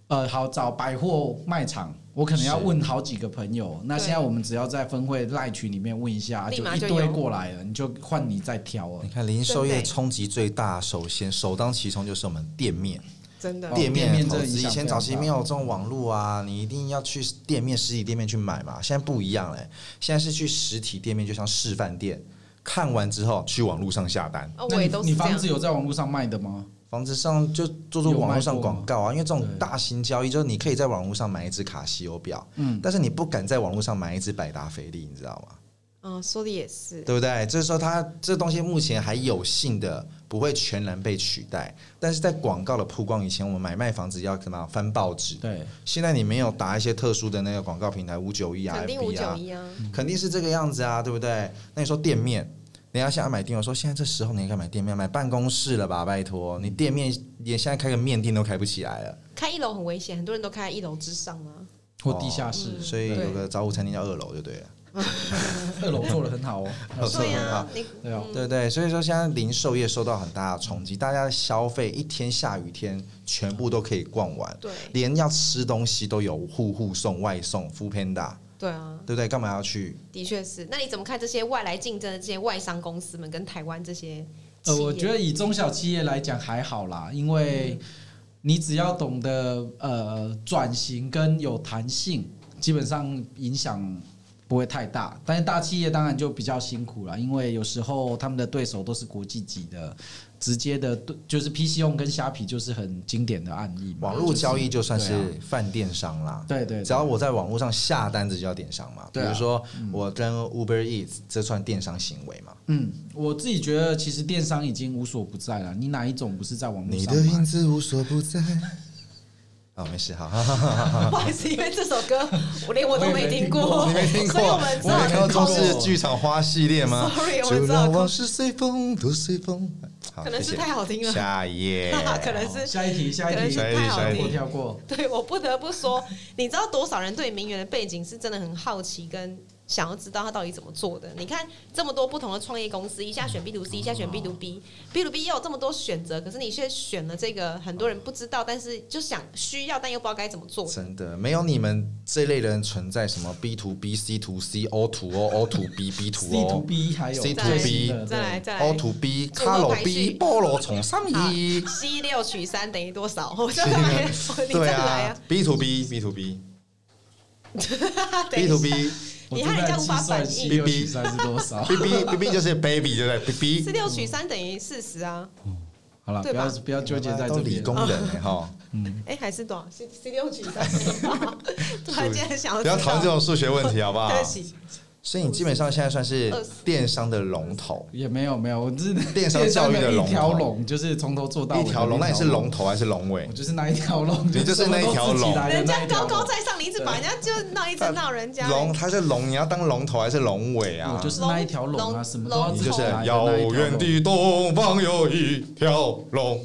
C: 呃，好找百货卖场，我可能要
B: 是
C: 问好几个朋友。那
A: 对
C: 现在我们只要在分会赖群里面问一下，
A: 立
C: 就
A: 马
C: 一
A: 就
C: 堆
A: 有哦
C: 过来了，你就换你再挑了
B: 你。看零售
A: 真
B: 业
A: 的
B: 冲击最大，首先首当其冲就是我们店面，
A: 真的
C: 哦，
B: 店面
C: 店
B: 的
C: 面
B: 投
C: 真的
B: 资。
C: 影
B: 以
C: 响
B: 前
C: 非常
B: 早期
C: 大
B: 没有这种网络啊，你一定要去店面实体店面去买嘛。现在不一样嘞，现在是去实体店面，就像示范店，看完之后去网络上啊下单。
A: 哦，
C: 那
A: 我也
C: 你
A: 都
C: 你
A: 是这
C: 房
A: 样
C: 子。有在网络上卖的吗？
B: 房子上就做做网络上广告啊，因为这种大型交易，就是你可以在网络上买一只卡西欧表，
C: 嗯
B: 但是你不敢在网络上买一只百达翡丽，你知道吗？
A: 嗯，说的也是。
B: 对不对？这时候它这东西目前还有幸的不会全然被取代，但是在广告的曝光以前，我们买卖房子要什么翻报纸？
C: 对，
B: 现在你没有打一些特殊的那个广告平台五九一啊，
A: 肯定五
B: FB 啊
A: 九一啊，
B: 肯定是这个样子啊，对不对？那你说店面，人家想要买店，我说现在这时候你应该买店面，买办公室了吧？拜托，你店面连现在开个面店都开不起来了，
A: 开一楼很危险，很多人都开在一楼之上啊。
C: 或地下室，
B: 所以
A: 哦嗯对
B: 有个早午餐厅叫二楼就对了，
C: 二楼做的很好哦。
B: 二楼
A: 对
B: 很好
A: 啊，你
C: 对啊，
B: 对不对？所以说现在零售业受到很大的冲击，大家的消费一天下雨天全部都可以逛完，
A: 对
B: 连要吃东西都有户户送、外送、f o o Panda，
A: 对啊，
B: 对不对？干嘛要去？
A: 的确是。那你怎么看这些外来竞争的这些外商公司们跟台湾这些企
C: 呃，
A: 业？
C: 我觉得以中小企业来讲还好啦，因为你只要懂得呃转型跟有弹性，基本上影响不会太大。但是大企业当然就比较辛苦了，因为有时候他们的对手都是国际级的，直接的对就是 PC 用跟虾皮就是很经典的案例嘛。
B: 网络交易就算
C: 对啊
B: 是饭店商啦，
C: 对对，对
B: 只要我在网络上下单，这就叫电商嘛。比
C: 对啊
B: 如说我跟 Uber Eats，这算电商行为嘛？
C: 嗯，我自己觉得其实电商已经无所不在了，你哪一种不是在网络上买？
B: 字无所不在。哦，没事，好，
A: 不好意思，因为这首歌我连我都没听过，
C: 我
B: 你没听过
A: 所以我们知
B: 我
A: 道
B: 没看过中
C: 我没看
B: 式
C: 过
B: 剧场花系列吗
A: Sorry，我
B: 就
A: 知道
B: 让往事随风，都随风。好，
A: 可能是
B: 谢谢
A: 太好听了，
B: 下一页
A: 可能是
C: 下一题，下一题，
A: 可能是太好
B: 下一
C: 跳
B: 题
C: 过
A: 听。
C: 跳过。
A: 对我不得不说，你知道多少人对名媛的背景是真的很好奇，跟想要知道他到底怎么做的？你看这么多不同的创业公司，一下选 B to C，一下选 B to B，B to B 也有这么多选择，可是你却选了这个很多人不知道，但是就想需要但又不知道该怎么做。
B: 真的没有你们这类人存在，什么 B to B、C to C、O to O、O to B、B to
C: C to
B: O、
C: B 还有
B: 哦 C to
C: 最新
B: B
C: 的
A: 再来，
C: 对
A: 再
B: O
A: 来
B: to B、
A: 组合
B: 卡罗
A: 排
B: B、
A: 序
B: 菠萝从上一。
A: ，C 六取三等于多少？我就来，我你
B: 对
A: 再来
B: 啊
A: 啊！
B: ，B to B，B to B，B
A: 等一
B: to
A: 下
B: B，B
C: 我
A: 你害人家无法反应
C: 六取三是多少？
B: B B B 就是 baby，对不对？B
A: 四
B: B
A: 六取三等于四十啊！
C: 好了，
A: 对
C: 不
A: 吧
C: 要不要纠结在
B: 都
C: 这啊
B: 理
C: 里。
B: 工人欸 哈，
A: 哎，还是多少？C C 六取三 等于多少，突然间想要
B: 不要
A: 知
B: 讨论这
A: 道
B: 种数学问题好不好
A: 对？不起，
B: 所以你基本上现在算是
A: 二十
B: 电商的龙头，
C: 也没有没有，我只是
B: 电商教育的龙头
C: 一条龙，就是从头做到尾
B: 一
C: 的
B: 条龙，那你是龙，头还是龙尾
C: 我？就是那一条龙，
B: 你就是那一条龙
C: 什么都自己来的
A: 哎人
C: 那
A: 家
C: 一条
A: 高
C: 龙
A: 高在上，你一直把人家就闹，一直闹人家。哎
B: 龙，它是龙，你要当龙头还是龙尾啊
C: 我？就是那一条龙啊，
A: 龙
C: 什么都要
A: 龙
B: 你
C: 自
B: 就
C: 己
B: 是
C: 来的
B: 遥
C: 那一条龙
B: 远的东方有一条龙，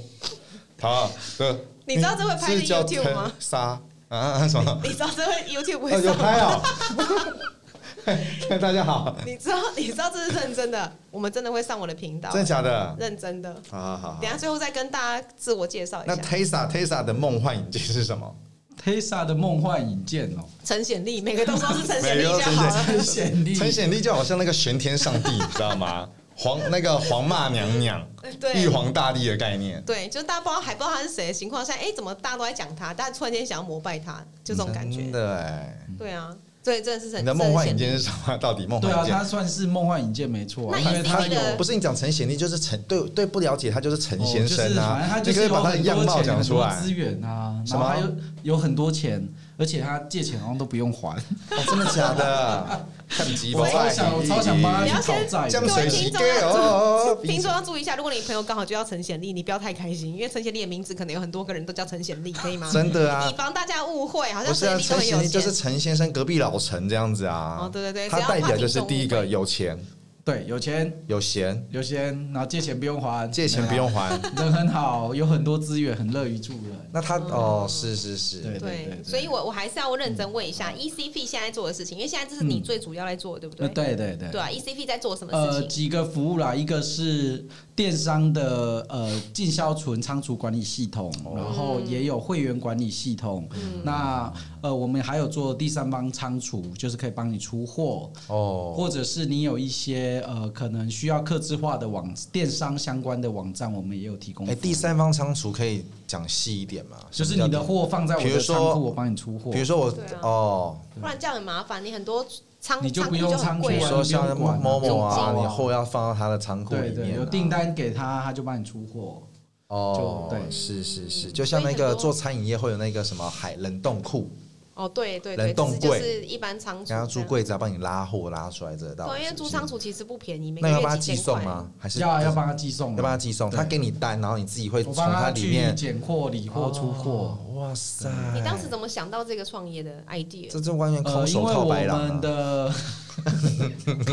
B: 它的
A: 你知道这会拍进
B: 是叫
A: YouTube 吗？
B: 沙啊什么？
A: 哦你知道这会 YouTube
B: 那
A: 会
B: 就
A: 上
B: 拍
A: 吗？
B: 啊！ 大家好，
A: 你知道，你知道这是认真的，我们真的会上我的频道
B: 真，的假的？
A: 认真的。
B: 好好好好
A: 等一。下最后再跟大家自我介绍一
B: 那
A: 下，
B: Tesa Tesa 的梦幻影集是什么？
C: Tesa 的梦幻影剑哦，
A: 陈显利，每个都说是陈显利
B: 每个
A: 就
B: 都
A: 好
B: 陈
A: 了。
C: 很显力，
B: 陈显利就好像那个玄天上帝，你知道 吗？黄那个黄骂娘娘，玉
A: 对
B: 皇大帝的概念，
A: 对，就大家不知道还不知道他是谁的情况下，哎、怎么大家都在讲他，大家突然间想要膜拜他，就这种感觉
B: 真。的哎。
A: 对啊，对，真的是陈
B: 你的梦幻影
A: 真的
B: 剑是什么？到底梦
C: 对
B: 幻
C: 啊，
B: 影剑
C: 他算是梦幻影剑没错、
A: 那
C: 啊，因为
A: 影
C: 他
A: 集的
C: 有
B: 不是你讲陈显利，就是陈对对不了解他就是陈先生
C: 哦就是、反正
B: 啊，
C: 他
B: 你
C: 就
B: 可以
C: 是
B: 把他的样貌讲出
C: 有很多钱很多
B: 来。
C: 资源啊，
B: 什么
C: 然后还有有很多钱，而且他借钱好像都不用还。
B: 哦，真的假 的？看几
C: 我超想，我超想帮他
A: 你
C: 去
A: 要
C: 讨
A: 先
C: 债
B: 这样
C: 的。
A: 各
B: 水
A: 位
B: 洗
A: 听众
B: 给
A: 要
B: 哦
A: 注听众要注意一下，如果你朋友刚好就叫陈显利，你不要太开心，因为陈显利的名字可能有很多个人都叫陈显利，可以吗？
B: 真的啊
A: 以，防大家误会，好
B: 不
A: 像
B: 是
A: 利都
B: 啊，陈
A: 很
B: 显
A: 有
B: 利就是
A: 钱。
B: 陈先生隔壁老陈这样子啊。
A: 哦，对对对，
B: 他
A: 只要
B: 代
A: 怕
B: 表就是
A: 听众
B: 第一
A: 误
B: 个
A: 会
B: 有钱，
C: 对，有钱
B: 有闲，
C: 有钱，然后借钱不用还，
B: 借钱不用还。
C: 对啊，人很好，有很多资源，很乐于助人。
B: 那他
A: 嗯
B: 哦，是是是
A: 对
C: 对，对，
A: 所以我我还是要认真问一下 ECP 现在做的事情，因为现在这是你
C: 嗯
A: 最主要在做的，对不
C: 呃，
B: 嗯
A: 对？
C: 对对对
A: 对。啊，ECP 在做什么
C: 呃，
A: 事情？
C: 几个服务啦，一个是电商的呃进销存仓储管理系统，然后也有会员管理系统。那呃，我们还有做第三方仓储，就是可以帮你出货，
B: 哦，
C: 或者是你有一些呃可能需要客制化的网电商相关的网站，我们也有提供服务。
B: 哎，第三方仓储可以讲细一点嘛？
C: 就是你的货放在我
B: 比如
C: 的
B: 说
C: 仓库，我帮你出货
B: 比。如说我
A: 对啊
B: 哦，
A: 不然这样很麻烦，你很多仓
C: 你就
A: 仓
C: 不
A: 库
C: 用
A: 就
C: 仓
A: 很
C: 储
B: 比
A: 贵
B: 如
A: 了。
B: 说像
C: 不用管啊
B: 某某啊，
C: 不用管啊
B: 你货要放到他的仓库
C: 对
B: 里
C: 对，
B: 面啊，
C: 有订单给他，他就帮你出货。
B: 哦，
C: 就对
B: 是是是，
A: 嗯
B: 就像那
A: 所以
B: 个
A: 很多
B: 做餐饮业会有那个什么海冷冻库，
A: 哦，对对对，
B: 冷
A: 这
B: 冻
A: 是
B: 柜
A: 就是一般仓储这
B: 然后
A: 样。
B: 租柜子要啊帮你拉货拉出来这个道
A: 对，
B: 理。
A: 因为
B: 是不
A: 租
B: 是
A: 仓储其实不便宜，每个
B: 那
A: 月
B: 要帮他
A: 几
B: 寄
A: 千块
B: 送？吗？还是
C: 要啊要帮他寄送啊，
B: 要帮他寄送？
C: 对
B: 他给你单，然后你自己会
C: 我
B: 从
C: 帮他
B: 它里面
C: 去拣货、理货、出货。
B: 哦。哇塞！
A: 啊你当
B: 哎
A: 时怎么想到这个创业的 idea？
B: 这这完全空
C: 呃，因
B: 手
C: 为
B: 套
C: 我
B: 白狼
C: 们
B: 啊！
C: 的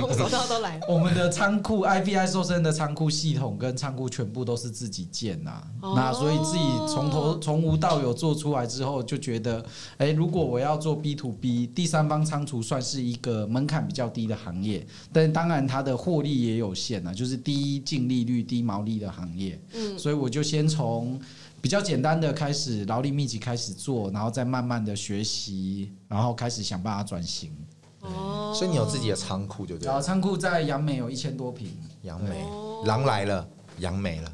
A: 空手套都来了。
C: 我们的仓库 IPI 瘦身的仓库系统跟仓库全部都是自己建呐、
A: 哦
C: 那所以自己从头从无到有做出来之后，就觉得，哎、如果我要做 B to B，第三方仓储算是一个门槛比较低的行业，但当然它的获利也有限呐、就是低净利率、低毛利的行业，
A: 嗯，
C: 所以我就先从。比较简单的开始，劳力密集开始做，然后再慢慢的学习，然后开始想办法转型。
A: 哦，
B: 所以你有自己的仓库，对不对
C: 然后？仓库在杨梅有一千多平，
B: 杨梅
A: 哦，
B: 狼来了，杨梅了。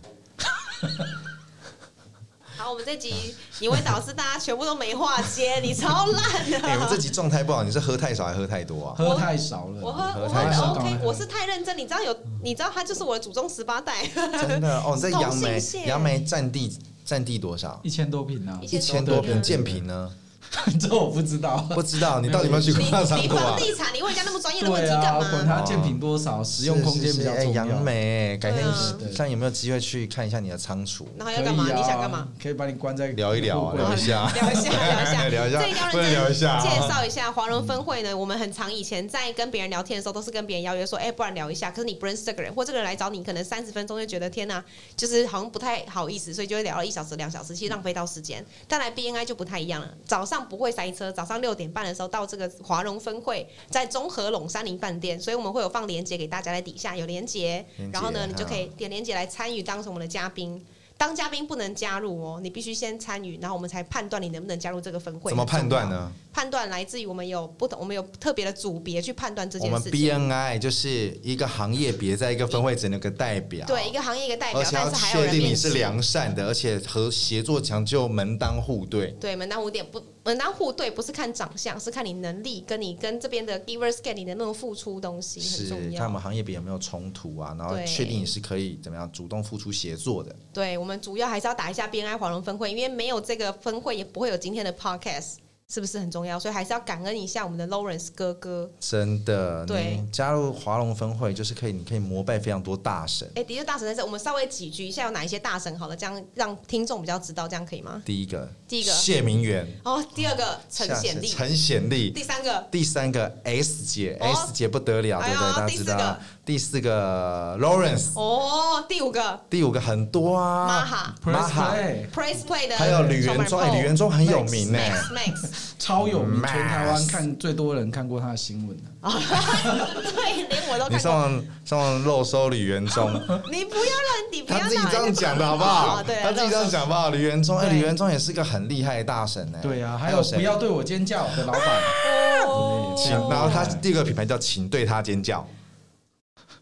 A: 好，我们这集你会导致大家全部都没话接，你超烂的。
B: 哎，我们这集状态不好，你是喝太少还是喝太多啊？
C: 喝太少了。
A: 我喝
B: 喝
A: 我
B: 太
A: 喝
C: 少
A: OK，
C: 了
A: 我是太认真，你知道有，你知道他就是我的祖宗十八 代，
B: 真的哦，你在杨梅
A: 同性，恋
B: 杨梅占地占地多少？
C: 一千多瓶啊，
A: 一
B: 一千多平，
A: 对
B: 建平呢？
C: 这我不知道。
B: 不知道你到底有没有去
A: 你
B: 过他仓
A: 你
B: 库啊
A: 房？地产，你问人家那么专业的问
C: 对
A: 题干
C: 啊，管
A: 嘛？
C: 它建品多少，实用空间
B: 是是
C: 比较重
B: 是哎杨
C: 要。
B: 梅，改天
A: 对啊
B: 看有没有机会去看一下你的仓储，
A: 然后
C: 可
A: 要
C: 以
A: 干嘛？
C: 啊
A: 你想干嘛？？
C: 可以把你关在
B: 聊一聊啊
C: 货柜
B: 聊一下
A: 聊一下，聊一下，
B: 聊一下
A: 嗯
B: 啊
A: 这呃一定要认真
B: 不能聊一下啊
A: 介绍一下华人分会呢。我们很常以前在跟别人聊天的时候，都是跟别人邀约说，哎、不然聊一下。可是你不认识这个人，或这个人来找你，可能三十分钟就觉得天哪、就是好像不太好意思，所以就会聊了一小时、两小时，其实浪费到时间。但来 BNI 就不太一样了，早上不会塞车，早上六点半的时候到这个华荣分会，在中和陇山林饭店，所以我们会有放链接给大家在底下有链接
B: 连，结
A: 然后呢，
B: 啊
A: 你就可以点链接来参与，当成我们的嘉宾。当嘉宾不能加入哦，你必须先参与，然后我们才判断你能不能加入这个分会。
B: 怎么判断
A: 很重要？
B: 呢？
A: 判断来自于我们有不同，我们有特别的组别去判断这
B: 我
A: 件
B: 们
A: 事情。
B: BNI 就是一个行业别在一个分会，只能有个代表。
A: 对一。个行业一个代表
B: 哦而，且
A: 但
B: 要
A: 是还有
B: 确
A: 人
B: 定你
A: 面
B: 是
A: 试。
B: 良善的，而且和协作强就门当户对。
A: 对，门当户对不门当户对，不是看长相，是看你能力跟你跟这边的 giver s c a n 你的那种付出东西很
B: 是
A: 重
B: 看我
A: 要。
B: 们行业别有没有冲突啊，然后
A: 对
B: 确定你是可以怎么样主动付出协作的。
A: 对我们主要还是要打一下 BNI 华龙分会，因为没有这个分会，也不会有今天的 podcast，是不是很重要？所以还是要感恩一下我们的 Lawrence 哥哥。
B: 真的，
A: 对
B: 你加入华龙分会就是可以，你可以膜拜非常多大神。
A: 哎、的确大神在这，我们稍微几句一下有哪一些大神好了，这样让听众比较知道，这样可以吗？
B: 第一个，
A: 第一个
B: 谢明远，
A: 哦，第二个陈显利，
B: 陈显利，
A: 第三个
B: 第三个 S 姐、
A: 哦
B: s 姐不得了，
A: 哎
B: 对
A: 呦
B: 不对？大家知道。第四个 Lawrence，
A: 哦，第五个
B: 第五个很多啊
A: Maha
C: Press play
B: 哎
A: Praise Play 的，
B: 还有吕元忠，哎，吕元忠很有名呢。
A: Max Max
C: 超有名，全台湾看最多人看过他的新闻啊的。
A: 对，连我都
B: 你
A: 看
B: 上
A: 过。
B: 网上网漏搜李元忠，
A: 你不要让，你不要
B: 他自己
A: 拿
B: 这
A: 来
B: 样讲的好不
A: 哦
B: 好？
A: 对啊，
B: 他自己这样讲吧。李元忠，哎，
A: 对
B: 李元忠也是个很厉害的大神呢。
C: 对啊，还
B: 哎还
C: 有
B: 谁
C: 不？要对我尖叫的老板，
A: 哦
B: 请，然后他第二个品牌叫“请对他尖叫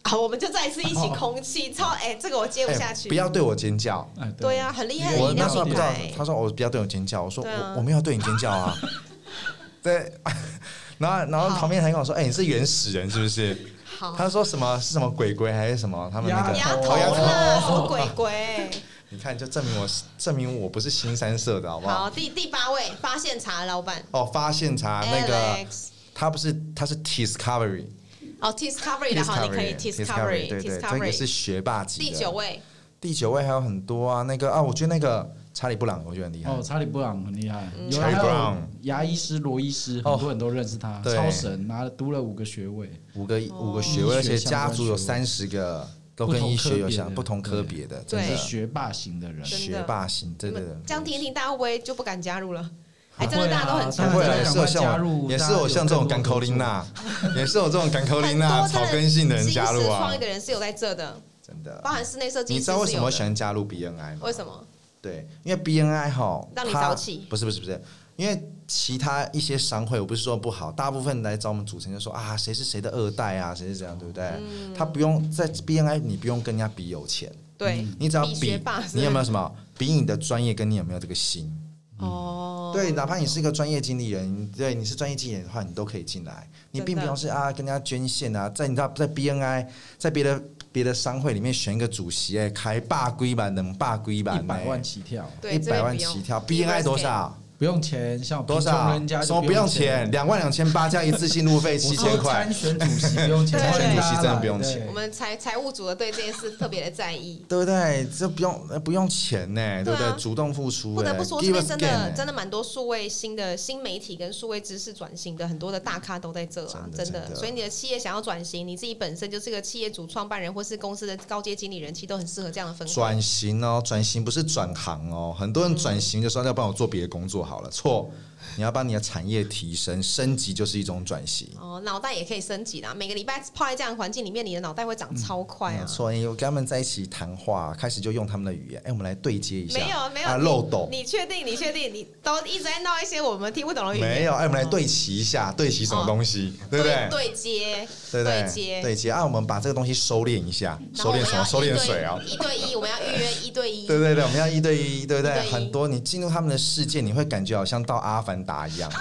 A: 啊，我们就再一次一起空气超哎，这个我”，接不下
B: 哦哎，
A: 去。
B: 不要对我尖叫。
C: 哎，
A: 对啊，很厉害的
B: 我
A: 饮
B: 那
A: 料
B: 时候还
A: 品
B: 不知道
A: 牌，。
B: 他说我不要对我尖叫，我说
A: 对啊
B: 我我没有对你尖 叫啊，对。然后，然后
A: 好
B: 旁边还跟我说：“哎、你是原始人是不是？”
A: 好，
B: 他说什么是什么鬼鬼还是什么？他们那个
C: 说
A: 丫头
C: 哦
B: 丫
A: 啦，
B: 头
A: 什么鬼鬼？
B: 你看就证明我是证明我不是新三社的好不好？
A: 好，第第八位发现茶老板
B: 哦，发现茶那个
A: Alex，
B: 他不是他是 Discovery
A: 哦，Discovery 的好，你可以
B: Discovery 对对，这个是
A: Discovery，Discovery
B: 学霸级的。
A: 第九位，
B: 第九位还有很多啊，那个啊，我觉得那个查理布朗我觉得很厉害
C: 哦，，查理布朗很厉害，
A: 嗯
C: 有
B: Charlie
C: 还有
B: Brown
C: 牙医师罗医师，
B: 哦
C: 很多人都认识他，
B: 对
C: 超神，拿了读了五个学位。
B: 五个
A: 哦
B: 五个学位，而且家族有三十个都跟医学有相
C: 不
B: 不
C: 同
B: 同
C: 科
B: 科
C: 别
B: 别的，
A: 对
B: 真
C: 是
B: 的
C: 学霸型的人，
A: 真的
B: 学霸型，真的
A: 这样听一听，大家会不会就不敢加入了？哎，真的
C: 不会啊
A: 大家都很
C: 当然
A: 强，
B: 不会
C: 大
B: 啊，
C: 家
B: 也是
C: 赶快
B: 有像
C: 加入
B: 我，也是有像这种
C: 大家
B: 甘
C: 有更多
B: 口琳娜， 也是有这种甘口琳娜
A: 很多
B: 草
A: 真
B: 根性的人加入
A: 新时
B: 啊
A: 创意，的人是有在这的，
B: 真的
A: 包。含室内设计
B: 你
A: 师是
B: 知道
A: 有
B: 为什么我
A: 的
B: 喜欢加入 BNI 吗？
A: 为什么？
B: 对，因为 BNI 哈，
A: 让你
B: 它
A: 早起
B: 不是不是不是，因为其他一些商会，我不是说不好，大部分来找我们组成就说啊，谁是谁的二代啊，谁是怎样，对不对？
A: 嗯
B: 他不用在 BNI，你不用跟人家比有钱，
A: 对，
B: 你只要
A: 比学
B: 比
A: 霸是
B: 你有没有什么，比你的专业跟你有没有这个心。
A: 哦，
B: 嗯对，哪怕你是一个专业经理人，对，你是专业经理人的话，你都可以进来。你
A: 真
B: 并不
A: 的
B: 用是啊跟人家捐献啊，在你知道在 BNI 在别的别的商会里面选一个主席，哎，开霸规版能霸规版哎
C: 一百万起跳，啊
A: 对，
B: 一
A: 这边
B: 百
A: 不
B: 万
A: 用
B: 起跳
A: Be
B: ，BNI
A: Rescue
B: 多少？
C: 不用钱，像我
B: 多
C: 贫穷
B: 少
C: 人家？就
B: 什么不用钱？？两万两千八加一次性路费
C: 我
B: 七
C: 说
B: 千块
C: 参。选主席不用 钱，
A: 参选
B: 主席真的不用
C: 对
B: 钱
A: 我们财财务组的对这件事特别的在意。
B: 对不对？这不用呃不用钱呢、
A: 对
B: 对
A: 啊
B: 不对？主动付出、
A: 不
B: 哎
A: 得不说，这
B: give
A: 边
B: us
A: 真
B: gain
A: 的
B: 哎
A: 真的蛮多数位新的新媒体跟数位知识转型的很多的大咖都在这啊，
B: 真的
A: 真的。
B: 真的
A: 所以你的企业想要转型，你自己本身就是个企业主、创办人或是公司的高阶经理人，其实都很适合这样的氛围。
B: 转型哦，转型不是转行哦，很多人转型就说要帮我做别的工作好了，错，你要帮你的产业提升升级就是一种转型。
A: 哦，脑袋也可以升级啦。每个礼
B: 嗯
A: 拜泡在这样的环境里面，你的脑袋会长超快
B: 没
A: 啊
B: 有！错，哎我跟他们在一起谈话，开始就用他们的语言，哎，我们来对接一下，
A: 没有没有
B: 啊，漏斗
A: 你确定？你确定？你都一直在闹一些我们听不懂的语言？
B: 没有，哎，我们来
A: 哦
B: 对齐一下，对齐什么东西，对不对？
A: 对对接，
B: 对不
A: 对接
B: 对？对接，啊，我们把这个东西收敛一下，
A: 然后
B: 收
A: 我
B: 敛
A: 们
B: 什
A: 要
B: 么？收
A: 一
B: 敛
A: 对
B: 水哦。
A: 一对一，我们要预约一对一。
B: 对对对，我们要一对一，对不
A: 嗯一
B: 对
A: 对？一
B: 很多你进入他们的世界，你会感觉好像到阿凡达 一样。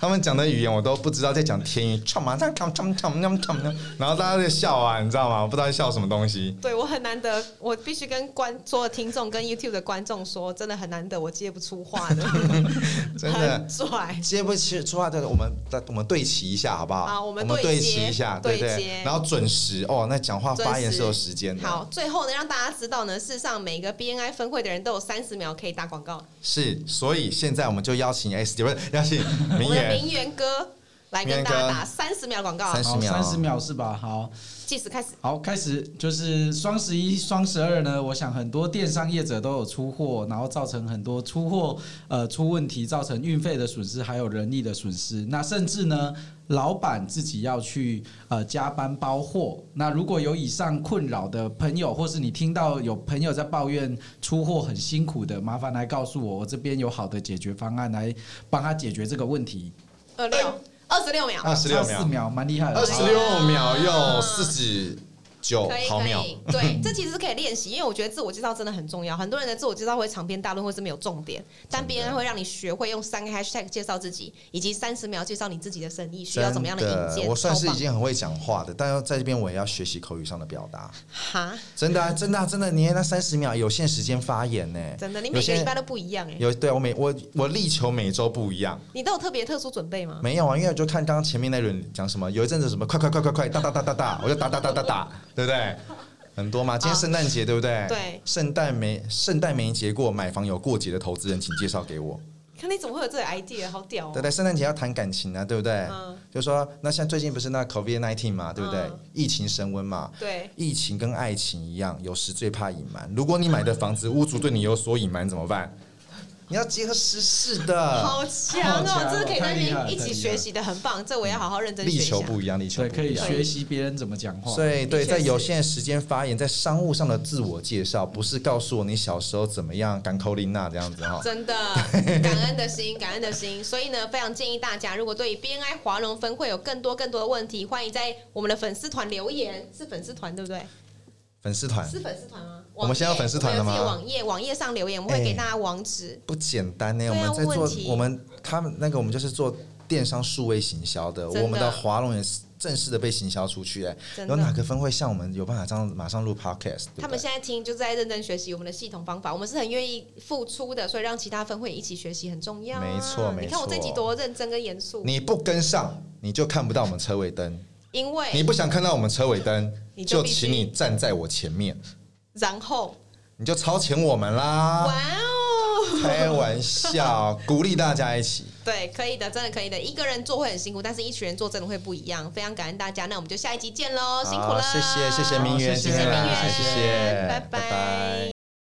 B: 他们讲的语言我都不知道在讲天语，唱嘛唱唱唱唱唱唱，然后大家在笑啊，你知道吗？我不知道在笑什么东西。
A: 对我很难得，我必须跟观所有听众跟 YouTube 的观众说，真的很难得，我接不出话的，
B: 真的
A: 很拽。
B: 接不起出话，这个我们我们对齐一下好不好？
A: 好我们对接
B: 对齐一下，对不
A: 对
B: 对
A: 接？
B: 然后准时哦，那讲话发言是有时间的。
A: 好，，最后呢，让大家知道呢，事实上每个 BNI 分会的人都有三十秒可以打广告。
B: 是，所以现在我们就邀请 S 姐，不是邀请
A: 我们
B: 明
A: 的
B: 言
A: 名媛哥来
B: 名
A: 跟
B: 媛
A: 大
B: 哥
A: 家打三十秒广告，
B: 30
C: 好，
B: 秒
C: 三十秒是吧？好，
A: 计时开始。
C: 好，开始就是双十一、双十二呢，我想很多电商业者都有出货，然后造成很多出货呃出问题，造成运费的损失，还有人力的损失。那甚至呢，老板自己要去呃加班包货。那如果有以上困扰的朋友，或是你听到有朋友在抱怨呃出货很辛苦的，麻烦来告诉我，我这边有好的解决方案来帮他解决这个问题。
A: 二
B: 哎
A: 六二十六秒，
B: 二十六
C: 四
B: 秒，
C: 秒蛮厉害的吧，
B: 二十六秒又四十九
A: 啊可以
B: 毫
A: 可
B: 秒。
A: 以，对，这其实是可以练习，因为我觉得自我介绍真的很重要。很多人的自我介绍会长篇大论，或是没有重点，但
B: 真的
A: BNI 会让你学会用三个 hashtag 介绍自己，以及三十秒介绍你自己的生意需
B: 真
A: 要怎么样引荐。
B: 我算是
A: 超
B: 已
A: 棒
B: 经很会讲话的，但要在这边我也要学习口语上的表达。
A: 哈，
B: 真的、啊，真的啊、真的，你那三十秒有限时间发言呢、
A: 真的，你
B: 有
A: 每个
B: 些
A: 礼拜都不一样哎、
B: 有对我每我我力求每周不一样，
A: 你都有特别特殊准备吗？
B: 没有啊，因为我就看刚刚前面那轮讲什么，有一阵子什么快快快快快哒哒哒哒哒，我就哒哒哒哒哒，对不对？很多嘛，今天圣诞节对不对？
A: 啊对
B: 圣诞没圣诞没结过，买房有过节的投资人，请介绍给我。
A: 看你怎么会有这个 idea，好屌哦、
B: 对对，圣诞节要谈感情啊，对不对？
A: 嗯
B: 就说那像最近不是那 COVID nineteen 嘛，对不对？
A: 嗯
B: 疫情升温嘛，
A: 对，
B: 疫情跟爱情一样，有时最怕隐瞒。如果你买的房子屋主对你有所隐瞒怎么办？你要结合时事的，
A: 好强
C: 好
A: 哦！
B: 啊
C: 强
A: 这个可以在那
C: 太厉害了
A: 边一
C: 太厉
A: 起
C: 害
A: 学习的，很棒。这我要好好认真学
B: 力
A: 一下
B: 求。不一样，力求
C: 对，
B: 不
C: 可
B: 一
C: 以
B: 样。
C: 学习别人怎么讲话。
B: 所以，
A: 的
B: 对，
A: 确
B: 在
A: 是
B: 有限时间发言，在商务上的自我介绍，不是告诉我你小时候怎么样港口琳娜这样子哈。
A: 真的，感恩的心，感恩的心。所以呢，非常建议大家，如果对于 BNI 华龙分会有更多更多的问题，欢迎在我们的粉丝团留言。是粉丝团对不对？
B: 粉丝团
A: 是粉丝团吗？
B: 哎我们现在有粉丝团了吗
A: 我们有自己的网页网页上留言，我们会
B: 哎
A: 给大家网址。
B: 不简单呢、
A: 对啊
B: 我们在
A: 问
B: 做
A: 题
B: 我们他们那个我们就是做电商数位行销的，
A: 真的
B: 我们的华龙也是正式的被行销出去哎、
A: 真
B: 有哪
A: 的，
B: 个分会像我们有办法这样马上录 podcast？对不对
A: 他们现在听就是在认真学习我们的系统方法，我们是很愿意付出的，所以让其他分会一起学习很重要啊。
B: 没错没错
A: 你看我这集多认真跟严肃，
B: 你不跟上，你就看不到我们车尾灯；
A: 因
B: 你
A: 为
B: 不想看到我们车尾灯，
A: 你就
B: 就
A: 必须
B: 请你站在我前面，
A: 然后
B: 你就超前我们啦！
A: 哇哦。
B: 开玩笑，鼓励大家一起。
A: 对，可以的，真的可以的。一个人做会很辛苦，但是一群人做真的会不一样。非常感恩大家，那我们就下一集见喽，辛苦
B: 好
A: 了，
B: 谢谢谢谢明
C: 好
B: 媛
C: 谢
B: 今
A: 谢谢
B: 天
A: 明
B: 来，
A: 媛，
B: 谢谢，
A: 拜拜